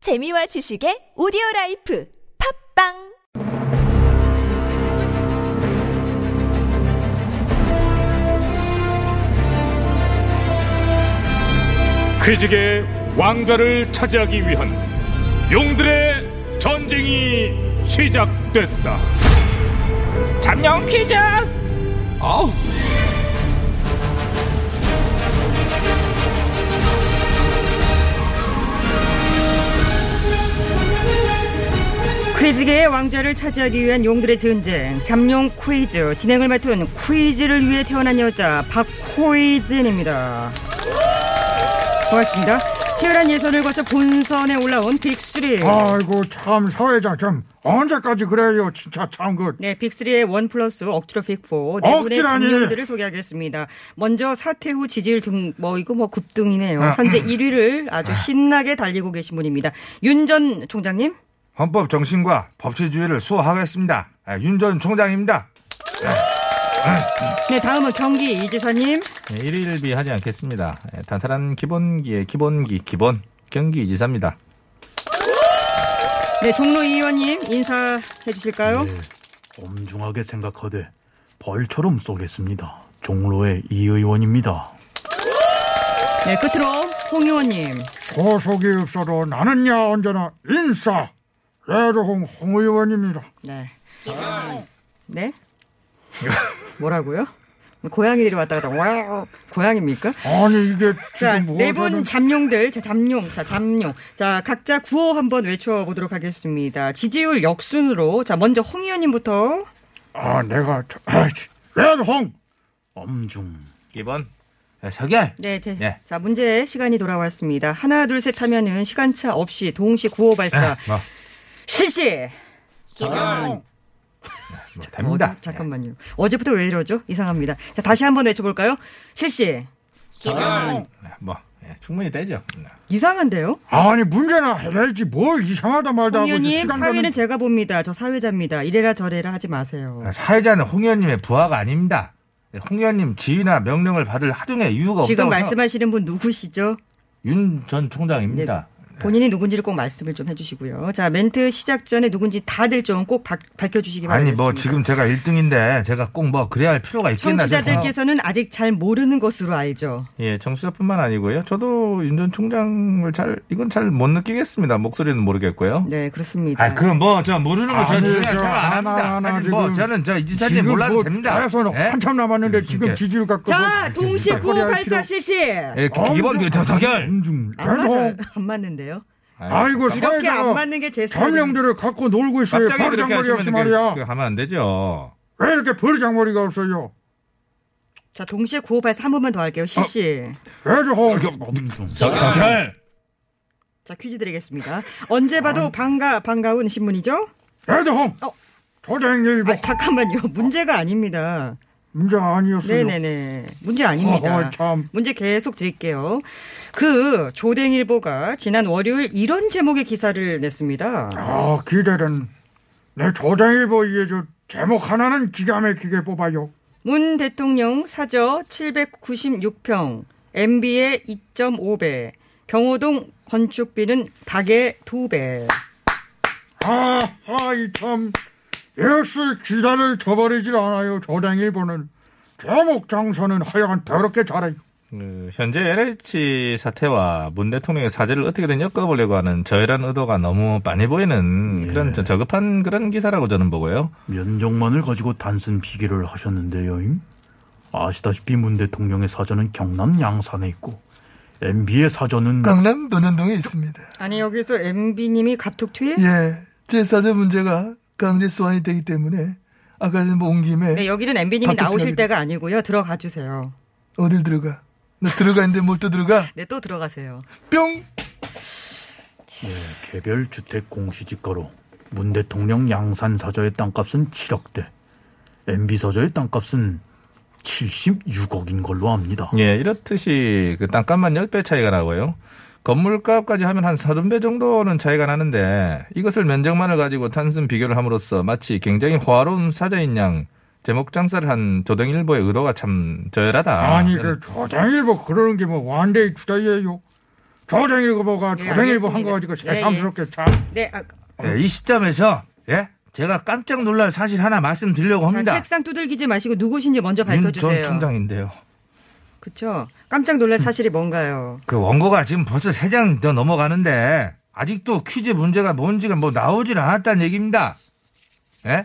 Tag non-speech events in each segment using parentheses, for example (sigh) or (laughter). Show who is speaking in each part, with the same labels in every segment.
Speaker 1: 재미와 지식의 오디오 라이프 팝빵
Speaker 2: 퀴직의 왕좌를 차지하기 위한 용들의 전쟁이 시작됐다. 잠룡 퀴즈! 아우.
Speaker 3: 퀴즈계의 왕좌를 차지하기 위한 용들의 전쟁 잠룡 퀴즈 진행을 맡은 퀴즈를 위해 태어난 여자 박코이진입니다 고맙습니다 치열한 예선을 거쳐 본선에 올라온 빅3
Speaker 4: 아이고 참 사회자 좀 언제까지 그래요 진짜 참 그.
Speaker 3: 네, 빅3의 원 플러스 억지로 빅4 네 분의
Speaker 4: 억지라니.
Speaker 3: 잠룡들을 소개하겠습니다. 먼저 사퇴 후 지지율 등 뭐 이거 뭐 급등이네요.
Speaker 4: 아.
Speaker 3: 현재
Speaker 4: (laughs)
Speaker 3: 1위를 아주 신나게 달리고 계신 분입니다. 윤 전 총장님
Speaker 5: 헌법 정신과 법치주의를 수호하겠습니다. 아, 윤전 총장입니다.
Speaker 3: 네, 다음은 경기 이지사님
Speaker 6: 예, 일일비 하지 않겠습니다. 예, 단단한 기본기의 기본기 기본 경기 이지사입니다.
Speaker 3: 네, 종로 이 의원님 인사해
Speaker 4: 네.
Speaker 3: 주실까요?
Speaker 7: 엄중하게 생각하되 벌처럼 쏘겠습니다. 종로의 이 의원입니다.
Speaker 3: 네, 끝으로 홍 의원님.
Speaker 4: 소속이 없어도 나는야 언제나 인싸 레드홍 홍 의원입니다
Speaker 3: 네.
Speaker 4: (laughs)
Speaker 3: 네? 뭐라고요? 고양이들이 왔다 갔다 와우 고양입니까?
Speaker 4: 아니 이게
Speaker 3: (laughs) 자,
Speaker 4: 지금
Speaker 3: 네 분
Speaker 4: 뭐냐면
Speaker 3: 잠룡들, 자, 잠룡, 자, 잠룡. 자, 각자 구호 한번 외쳐보도록 하겠습니다. 지지율 역순으로. 자, 먼저 홍 의원님부터.
Speaker 4: 아 내가 저- 아이씨, 레드홍
Speaker 7: 엄중.
Speaker 6: 기본 예, 서결
Speaker 3: 네, 제,
Speaker 6: 네.
Speaker 3: 자, 문제 시간이 돌아왔습니다. 하나, 둘, 셋 하면은 시간차 없이 동시 구호
Speaker 4: 네,
Speaker 3: 발사.
Speaker 6: 뭐.
Speaker 3: 실시!
Speaker 6: 뭐 됩니다.
Speaker 3: 어디- 잠깐만요. 어제부터 왜 이러죠? 이상합니다. 자, 다시 한번 외쳐볼까요? 실시.
Speaker 6: 예, 뭐 예, 충분히 되죠. 음,
Speaker 3: 이상한데요?
Speaker 4: 아니 문제나 해야지 뭘 이상하다 말다
Speaker 3: 홍
Speaker 4: 하고 이제
Speaker 3: 의원님,
Speaker 4: 시간
Speaker 3: 사회는
Speaker 4: 가면
Speaker 3: 제가 봅니다. 저 사회자입니다. 이래라 저래라 하지 마세요.
Speaker 5: 아, 사회자는 홍 의원님의 부하가 아닙니다. 예, 홍 의원님 지휘나 명령을 받을 하등의 이유가
Speaker 6: 아,
Speaker 5: 없다고
Speaker 3: 지금
Speaker 5: 생각-
Speaker 3: 말씀하시는 분 누구시죠?
Speaker 6: 윤 전 총장입니다.
Speaker 3: 본인이 누군지를 꼭 말씀을 좀 해주시고요. 자, 멘트 시작 전에 누군지 다들 좀 꼭 밝혀주시기 바랍니다.
Speaker 5: 아니 뭐 지금 제가 1등인데 제가 꼭 뭐 그래야 할 필요가 있겠나 생각-
Speaker 3: 청취자들께서는 아직 잘 모르는 것으로 알죠.
Speaker 6: 예, 정수자뿐만 아니고요. 저도 윤 전 총장을 잘 이건 잘 못 느끼겠습니다. 목소리는 모르겠고요.
Speaker 3: 네, 그렇습니다.
Speaker 5: 아, 그건 뭐저 모르는 거 저는
Speaker 4: 아니,
Speaker 5: 중요하게
Speaker 4: 저
Speaker 5: 생각 안
Speaker 4: 하나,
Speaker 5: 합니다.
Speaker 4: 하나
Speaker 5: 사실 뭐
Speaker 4: 지금-
Speaker 5: 저는 저 이지사님
Speaker 4: 지금
Speaker 5: 몰라도
Speaker 4: 뭐
Speaker 5: 됩니다.
Speaker 4: 대선
Speaker 5: 예?
Speaker 4: 한참 남았는데 지금
Speaker 5: 그러니까.
Speaker 4: 지지율 갖고
Speaker 3: 자,
Speaker 4: 뭐
Speaker 3: 동시
Speaker 4: 뒷거리 할 필요-
Speaker 3: 구호발사 실시!
Speaker 5: 예, 기본
Speaker 4: 엄중-
Speaker 5: 교정 서결.
Speaker 4: 엄중
Speaker 3: 안 맞아요.
Speaker 4: 레드홍
Speaker 3: 안 맞는데요.
Speaker 4: 아이고
Speaker 3: 이렇게 안
Speaker 4: 사회자가
Speaker 3: 맞는 게 제 스타일입니다.
Speaker 4: 잠룡들을 갖고 놀고 있어요
Speaker 6: 갑자기
Speaker 4: 버리
Speaker 6: 그렇게
Speaker 4: 장머리
Speaker 6: 하시면
Speaker 4: 없이 말이야
Speaker 6: 그, 그 하면 안 되죠.
Speaker 4: 왜 이렇게 버리 장머리가 없어요
Speaker 3: 자, 동시에 구호발사 한 번만 더 할게요.
Speaker 4: 어.
Speaker 3: 실시.
Speaker 4: 레드홍
Speaker 7: 엄중.
Speaker 5: 서결.
Speaker 3: 자, 퀴즈 드리겠습니다. 언제
Speaker 4: 어.
Speaker 3: 봐도 반가, 반가운 신문이죠?
Speaker 4: 레드홍
Speaker 3: 어.
Speaker 4: 도댕이 이거
Speaker 3: 아, 잠깐만요. 문제가 아닙니다.
Speaker 4: 문제 아니었어요.
Speaker 3: 네네네. 문제 아닙니다.
Speaker 4: 어허, 참.
Speaker 3: 문제 계속 드릴게요. 그 조댕일보가 지난 월요일 이런 제목의 기사를 냈습니다.
Speaker 4: 아 기대는 내 조장일보 이게 저 제목 하나는 기가 막히게 뽑아요.
Speaker 3: 문 대통령 사저 796평, MB의 2.5배, 경호동 건축비는 닭의 2배.
Speaker 4: 아하 이참 역시 기대를 저버리질 않아요. 조장일보는 제목 장사는 하여간 더럽게 잘해요.
Speaker 6: 그, 현재 LH 사태와 문 대통령의 사죄를 어떻게든 엮어보려고 하는 저열한 의도가 너무 많이 보이는 그런
Speaker 4: 예.
Speaker 6: 저- 저급한 그런 기사라고 저는 보고요.
Speaker 7: 면적만을 가지고 단순 비교를 하셨는데요. 임? 아시다시피 문 대통령의 사전은 경남 양산에 있고 MB의 사전은
Speaker 8: 강남 논현동에 있습니다.
Speaker 3: 아니 여기서 MB님이 갑툭 튀?
Speaker 8: 예, 제 사전 문제가 강제 소환이 되기 때문에 아까 전에 뭐온 김에
Speaker 3: 네, 여기는 MB님이
Speaker 8: 갑툭
Speaker 3: 나오실
Speaker 8: 튀라기도.
Speaker 3: 때가 아니고요. 들어가 주세요.
Speaker 8: 어딜 들어가? 나 들어가는데 뭘 또 들어가?
Speaker 3: 네, 또 들어가세요.
Speaker 8: 뿅!
Speaker 7: 개별 주택 공시지가로 문 대통령 양산 사저의 땅값은 7억대, MB 사저의 땅값은 76억인 걸로 압니다.
Speaker 6: 예, 이렇듯이 그 땅값만 10배 차이가 나고요. 건물값까지 하면 한 30배 정도는 차이가 나는데 이것을 면적만을 가지고 단순 비교를 함으로써 마치 굉장히 호화로운 사자인 양 제목 장사를 한 조등일보의 의도가 참 저열하다.
Speaker 4: 아니 그 조장일보 그러는 게 뭐 완대의 주다예요. 조정일보가 조정일보 한
Speaker 3: 알겠습니다.
Speaker 4: 거 가지고
Speaker 3: 예, 예.
Speaker 4: 새삼스럽게 참
Speaker 3: 네, 아,
Speaker 5: 예, 이 시점에서 예 제가 깜짝 놀랄 사실 하나 말씀드리려고
Speaker 3: 자,
Speaker 5: 합니다.
Speaker 3: 책상 두들기지 마시고 누구신지 먼저
Speaker 5: 윤 전
Speaker 3: 밝혀주세요.
Speaker 5: 총장인데요.
Speaker 3: 그렇죠. 깜짝 놀랄 사실이 뭔가요?
Speaker 5: 그 원고가 지금 벌써 세 장 더 넘어가는데 아직도 퀴즈 문제가 뭔지가 뭐 나오질 않았다는 얘기입니다. 예?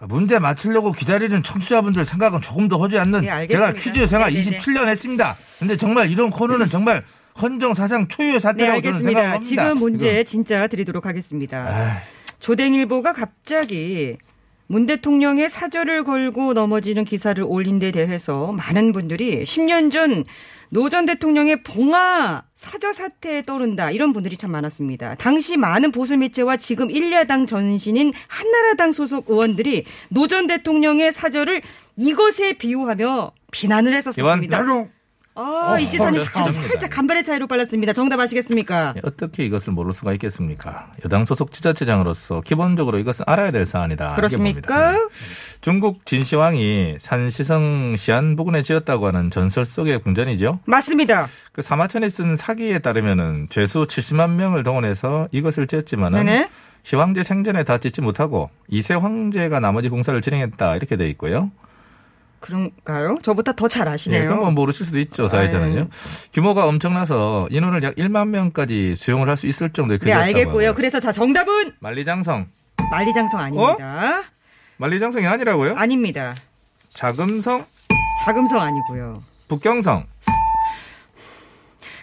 Speaker 5: 문제 맞추려고 기다리는 청취자분들 생각은 조금 더 허지 않는
Speaker 3: 네, 알겠습니다.
Speaker 5: 제가 퀴즈 생활
Speaker 3: 네네네.
Speaker 5: 27년 했습니다. 근데 정말 이런 코너는 정말 헌정 사상 초유의
Speaker 3: 네,
Speaker 5: 사태라고 저는
Speaker 3: 알겠습니다.
Speaker 5: 생각합니다.
Speaker 3: 지금 문제 진짜 드리도록 하겠습니다. 조댕일보가 갑자기 문 대통령의 사절을 걸고 넘어지는 기사를 올린 데 대해서 많은 분들이 10년 전 노 전 대통령의 봉화 사저 사태에 떠오른다 이런 분들이 참 많았습니다. 당시 많은 보수 매체와 지금 일야당 전신인 한나라당 소속 의원들이 노 전 대통령의 사절을 이것에 비유하며 비난을 했었습니다.
Speaker 4: 나도
Speaker 3: 아, 이지사님
Speaker 6: 어쩌-
Speaker 3: 살짝 간발의 차이로 빨랐습니다. 정답 아시겠습니까?
Speaker 6: 어떻게 이것을 모를 수가 있겠습니까? 여당 소속 지자체장으로서 기본적으로 이것은 알아야 될 사안이다. 이게 네.
Speaker 3: 그렇습니까?
Speaker 6: 봅니다. 중국 진시황이 산시성 시안 부근에 지었다고 하는 전설 속의 궁전이죠.
Speaker 3: 맞습니다.
Speaker 6: 그 사마천이 쓴 사기에 따르면은 죄수 70만 명을 동원해서 이것을 지었지만은
Speaker 3: 네네.
Speaker 6: 시황제 생전에 다 짓지 못하고 이세 황제가 나머지 공사를 진행했다 이렇게 돼 있고요.
Speaker 3: 그런가요? 저보다 더 잘
Speaker 6: 예,
Speaker 3: 아시네요.
Speaker 6: 그건 뭐 모르실 수도 있죠 사회자는요.
Speaker 3: 아유.
Speaker 6: 규모가 엄청나서 인원을 약 1만 명까지 수용을 할 수 있을 정도의
Speaker 3: 네,
Speaker 6: 크기였다고 어?
Speaker 3: 알겠고요.
Speaker 6: 하네요.
Speaker 3: 그래서 자, 정답은
Speaker 6: 만리장성.
Speaker 3: 만리장성 아닙니다.
Speaker 6: 만리장성이 아니라고요?
Speaker 3: 아닙니다.
Speaker 6: 자금성,
Speaker 3: 자금성 아니고요.
Speaker 6: 북경성,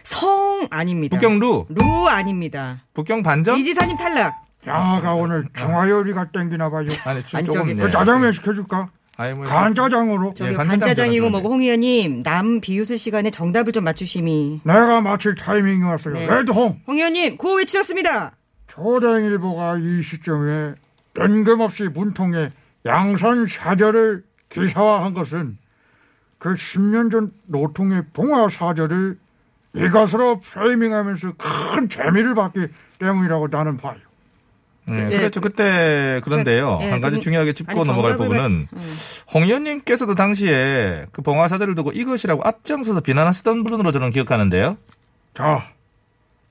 Speaker 3: 성 아닙니다.
Speaker 6: 북경루,
Speaker 3: 루 아닙니다.
Speaker 6: 북경반점.
Speaker 3: 이지사님 탈락.
Speaker 4: 장아가 오늘 중화요리가 땡기나 봐요.
Speaker 6: 아니, 좀
Speaker 3: 아니,
Speaker 6: 조금
Speaker 3: 저기-
Speaker 6: 예.
Speaker 4: 짜장면 시켜줄까?
Speaker 6: 아니, 뭐
Speaker 4: 간짜장으로
Speaker 3: 저기
Speaker 6: 예, 간짜장
Speaker 3: 간짜장이고
Speaker 6: 짜장
Speaker 3: 뭐고 홍 의원님 남 비웃을 시간에 정답을 좀 맞추심이.
Speaker 4: 내가 맞출 타이밍이 왔어요.
Speaker 3: 네.
Speaker 4: 레드홍
Speaker 3: 홍 의원님 구호 외치셨습니다.
Speaker 4: 조정일보가 이 시점에 뜬금없이 문통에 양산 사절을 기사화한 것은 그 10년 전 노통의 봉화 사절을 이것으로 프레이밍하면서 큰 재미를 받기 때문이라고 나는 봐요.
Speaker 6: 네,
Speaker 3: 예.
Speaker 6: 그렇죠. 그때 그런데요.
Speaker 3: 예,
Speaker 6: 한 가지
Speaker 3: 그럼-
Speaker 6: 중요하게 짚고
Speaker 3: 아니,
Speaker 6: 넘어갈
Speaker 3: 정답을
Speaker 6: 부분은
Speaker 3: 맞추- 음.
Speaker 6: 홍 의원님께서도 당시에 그 봉화 사절을 두고 이것이라고 앞장서서 비난하시던 분으로 저는 기억하는데요.
Speaker 4: 자,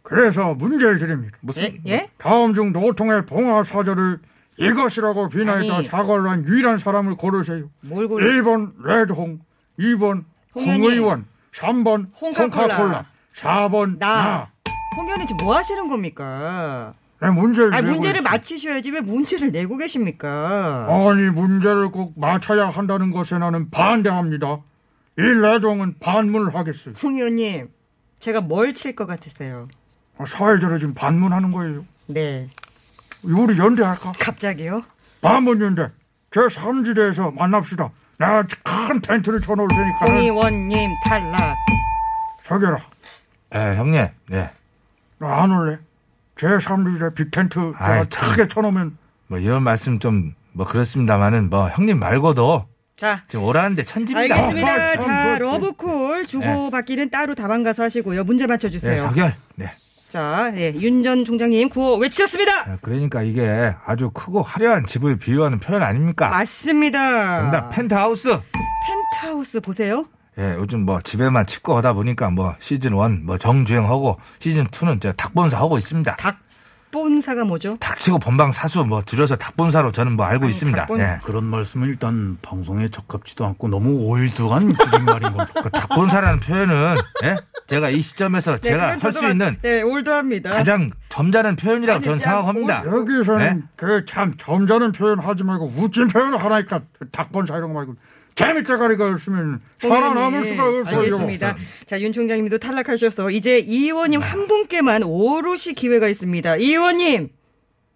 Speaker 4: 그래서 문제를 드립니다.
Speaker 6: 무슨
Speaker 3: 예? 예?
Speaker 4: 다음 중 노통의 봉화 사절을 이것이라고 비난했다
Speaker 3: 아니.
Speaker 4: 사과를 한 유일한 사람을 고르세요.
Speaker 3: 뭘 골라?
Speaker 4: 1번 레드홍, 2번
Speaker 3: 홍현희.
Speaker 4: 홍의원, 3번
Speaker 3: 홍카콜라.
Speaker 4: 홍카콜라, 4번
Speaker 3: 나.
Speaker 4: 나.
Speaker 3: 홍 의원님 지금 뭐 하시는 겁니까?
Speaker 4: 왜 문제를
Speaker 3: 아
Speaker 4: 내고
Speaker 3: 문제를
Speaker 4: 있어?
Speaker 3: 맞히셔야지 왜 문제를 내고 계십니까?
Speaker 6: 어?
Speaker 4: 아니 문제를 꼭 맞춰야 한다는 것에 나는 반대합니다. 이 레동은 반문하겠어요.
Speaker 3: 홍 의원님, 제가 뭘 칠 것 같으세요?
Speaker 4: 을 아, 사회자를 지금 반문하는 거예요.
Speaker 3: 네,
Speaker 4: 우리 연대할까?
Speaker 3: 갑자기요?
Speaker 4: 반문 연대. 제 3지대에서 만납시다. 내가 큰 텐트를 쳐놓을
Speaker 5: 아.
Speaker 4: 테니까
Speaker 3: 홍
Speaker 4: 는
Speaker 3: 의원님 탈락.
Speaker 4: 서결아,
Speaker 5: 예, 형님. 예.
Speaker 4: 너 안 올래? 제 3지대 빅텐트 내가
Speaker 5: 아이, 참.
Speaker 4: 크게 쳐놓으면
Speaker 5: 뭐 이런 말씀 좀 뭐 그렇습니다만은 뭐 형님 말고도
Speaker 3: 자,
Speaker 5: 지금 오라는데 천지입니다.
Speaker 4: 아,
Speaker 3: 알겠습니다. 자,
Speaker 4: 아, 참, 뭐,
Speaker 3: 러브콜 주고 받기는 따로 다방 가서 하시고요. 문제
Speaker 5: 아. 예,
Speaker 3: 맞춰주세요.
Speaker 5: 사결. 네.
Speaker 3: 자, 예, 윤전 총장님 구호 외치셨습니다.
Speaker 5: 아, 그러니까 이게 아주 크고 화려한 집을 비유하는 표현 아닙니까?
Speaker 3: 맞습니다.
Speaker 5: 정답 펜트하우스.
Speaker 3: 펜트하우스 보세요.
Speaker 5: 예, 요즘 뭐 집에만 집고 하다 보니까 뭐 시즌 1뭐 정주행하고 시즌 2는 이제 닭본사 하고 있습니다.
Speaker 3: 본사가 뭐죠?
Speaker 5: 닭치고 본방 사수 뭐 줄여서 닭본사로 저는 뭐 알고
Speaker 3: 아니,
Speaker 5: 있습니다.
Speaker 3: 닭본-
Speaker 5: 예.
Speaker 7: 그런 말씀은 일단 방송에 적합지도 않고 너무 올드한 줄임말인 겁니다.
Speaker 5: 그 닭본사라는 표현은 예? 제가 이 시점에서 제가
Speaker 3: 네, 그건
Speaker 5: 할
Speaker 3: 저도
Speaker 5: 수
Speaker 3: 맞-
Speaker 5: 있는
Speaker 3: 네, 올드합니다.
Speaker 5: 가장 점잖은 표현이라고
Speaker 3: 아니, 뭐
Speaker 5: 저는
Speaker 3: 그냥
Speaker 5: 생각합니다.
Speaker 4: 여기서는
Speaker 5: 예?
Speaker 4: 그 참 점잖은 표현 (laughs) 하지 말고 웃긴 표현을 하라니까 닭본사 이런 거 말고 재밌대가리가 없으면
Speaker 7: 어,
Speaker 4: 살아남을 수가 없어요.
Speaker 3: 알겠습니다. 자, 윤 총장님도 탈락하셔서 이제 이 의원님 한 분께만 오롯이 기회가 있습니다. 이 의원님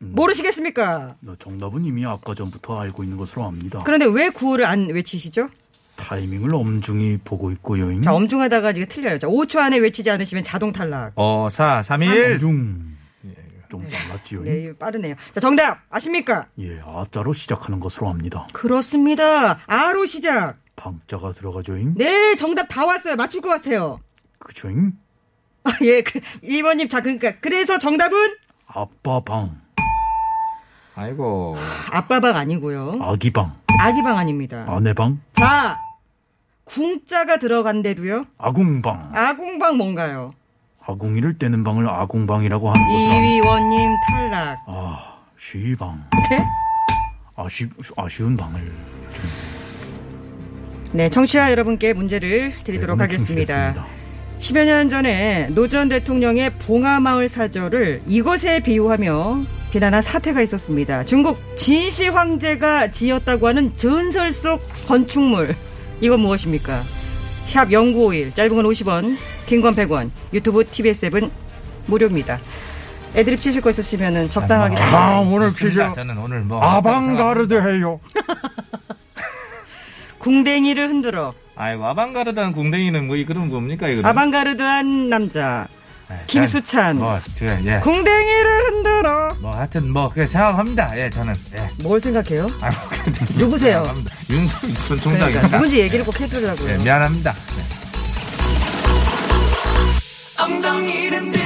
Speaker 4: 음.
Speaker 3: 모르시겠습니까?
Speaker 7: 정답은 이미 아까 전부터 알고 있는 것으로 압니다.
Speaker 3: 그런데 왜 구호를 안 외치시죠?
Speaker 7: 타이밍을 엄중히 보고 있고요. 이미.
Speaker 4: 음?
Speaker 3: 자, 엄중하다가 지금 틀려요. 자, 5초 안에 외치지 않으시면 자동 탈락.
Speaker 6: 어, 4, 3, 1.
Speaker 3: 뭐-
Speaker 7: 엄중. 좀 잘랐지요.
Speaker 3: 네,
Speaker 4: 음?
Speaker 3: 이거 빠르네요. 자, 정답 아십니까?
Speaker 7: 예, 아자로 시작하는 것으로 압니다.
Speaker 3: 그렇습니다. 아로 시작.
Speaker 7: 방자가 들어가죠잉.
Speaker 3: 네, 정답 다 왔어요. 맞출 것 같아요. (laughs)
Speaker 7: 그죠잉.
Speaker 3: 아, 예, 그, 이 의원님, 자, 그러니까 그래서 정답은
Speaker 7: 아빠 방,
Speaker 6: 아이고.
Speaker 3: 아빠 방 아니고요.
Speaker 7: 아기 방,
Speaker 3: 아기 방 아닙니다.
Speaker 7: 아내 방,
Speaker 3: 자, 궁자가 들어간데도요.
Speaker 7: 아궁 방.
Speaker 3: 아궁방 뭔가요?
Speaker 7: 아궁이를 떼는 방을 아궁방이라고 하는 것을 안-
Speaker 3: 이위원님 탈락.
Speaker 7: 아 시방
Speaker 3: 네?
Speaker 7: 아쉬 아쉬운 방을
Speaker 3: 네, 청취자 여러분께 네, 문제를 드리도록 하겠습니다. 10여 년 전에 노 전 대통령의 봉화마을 사절을 이것에 비유하며 비난한 사태가 있었습니다. 중국 진시 황제가 지었다고 하는 전설 속 건축물. 이건 무엇입니까? 샵 0951, 짧은 건 50원, 긴 건 100원, 유튜브 TBS7 무료입니다. 애드립 치실 거 있으시면 적당하게.
Speaker 4: 아,
Speaker 6: 음,
Speaker 4: 오늘 퀴즈
Speaker 5: 좋습니다. 저는 오늘 뭐
Speaker 4: 아방가르드 해요.
Speaker 3: 궁뎅이를 흔들어.
Speaker 6: 아이고 아방가르다는 궁뎅이는 네, 뭐 이 그런 뭡니까 이거?
Speaker 3: 아방가르드한 남자. 김수찬.
Speaker 5: 뭐, 그, 예.
Speaker 3: 궁뎅이를 흔들어.
Speaker 5: 뭐 하여튼 뭐 그렇게 생각합니다. 예, 저는 예.
Speaker 3: 뭘 생각해요?
Speaker 5: 아, 뭐, 그래도
Speaker 3: 누구세요?
Speaker 5: 생각합니다. 윤석열 전
Speaker 6: 아,
Speaker 3: 그러니까
Speaker 5: 총장입니다.
Speaker 3: 누군지 얘기를 꼭
Speaker 6: 네,
Speaker 3: 해주려고요.
Speaker 5: 예, 미안합니다. 예.
Speaker 9: 엉덩이는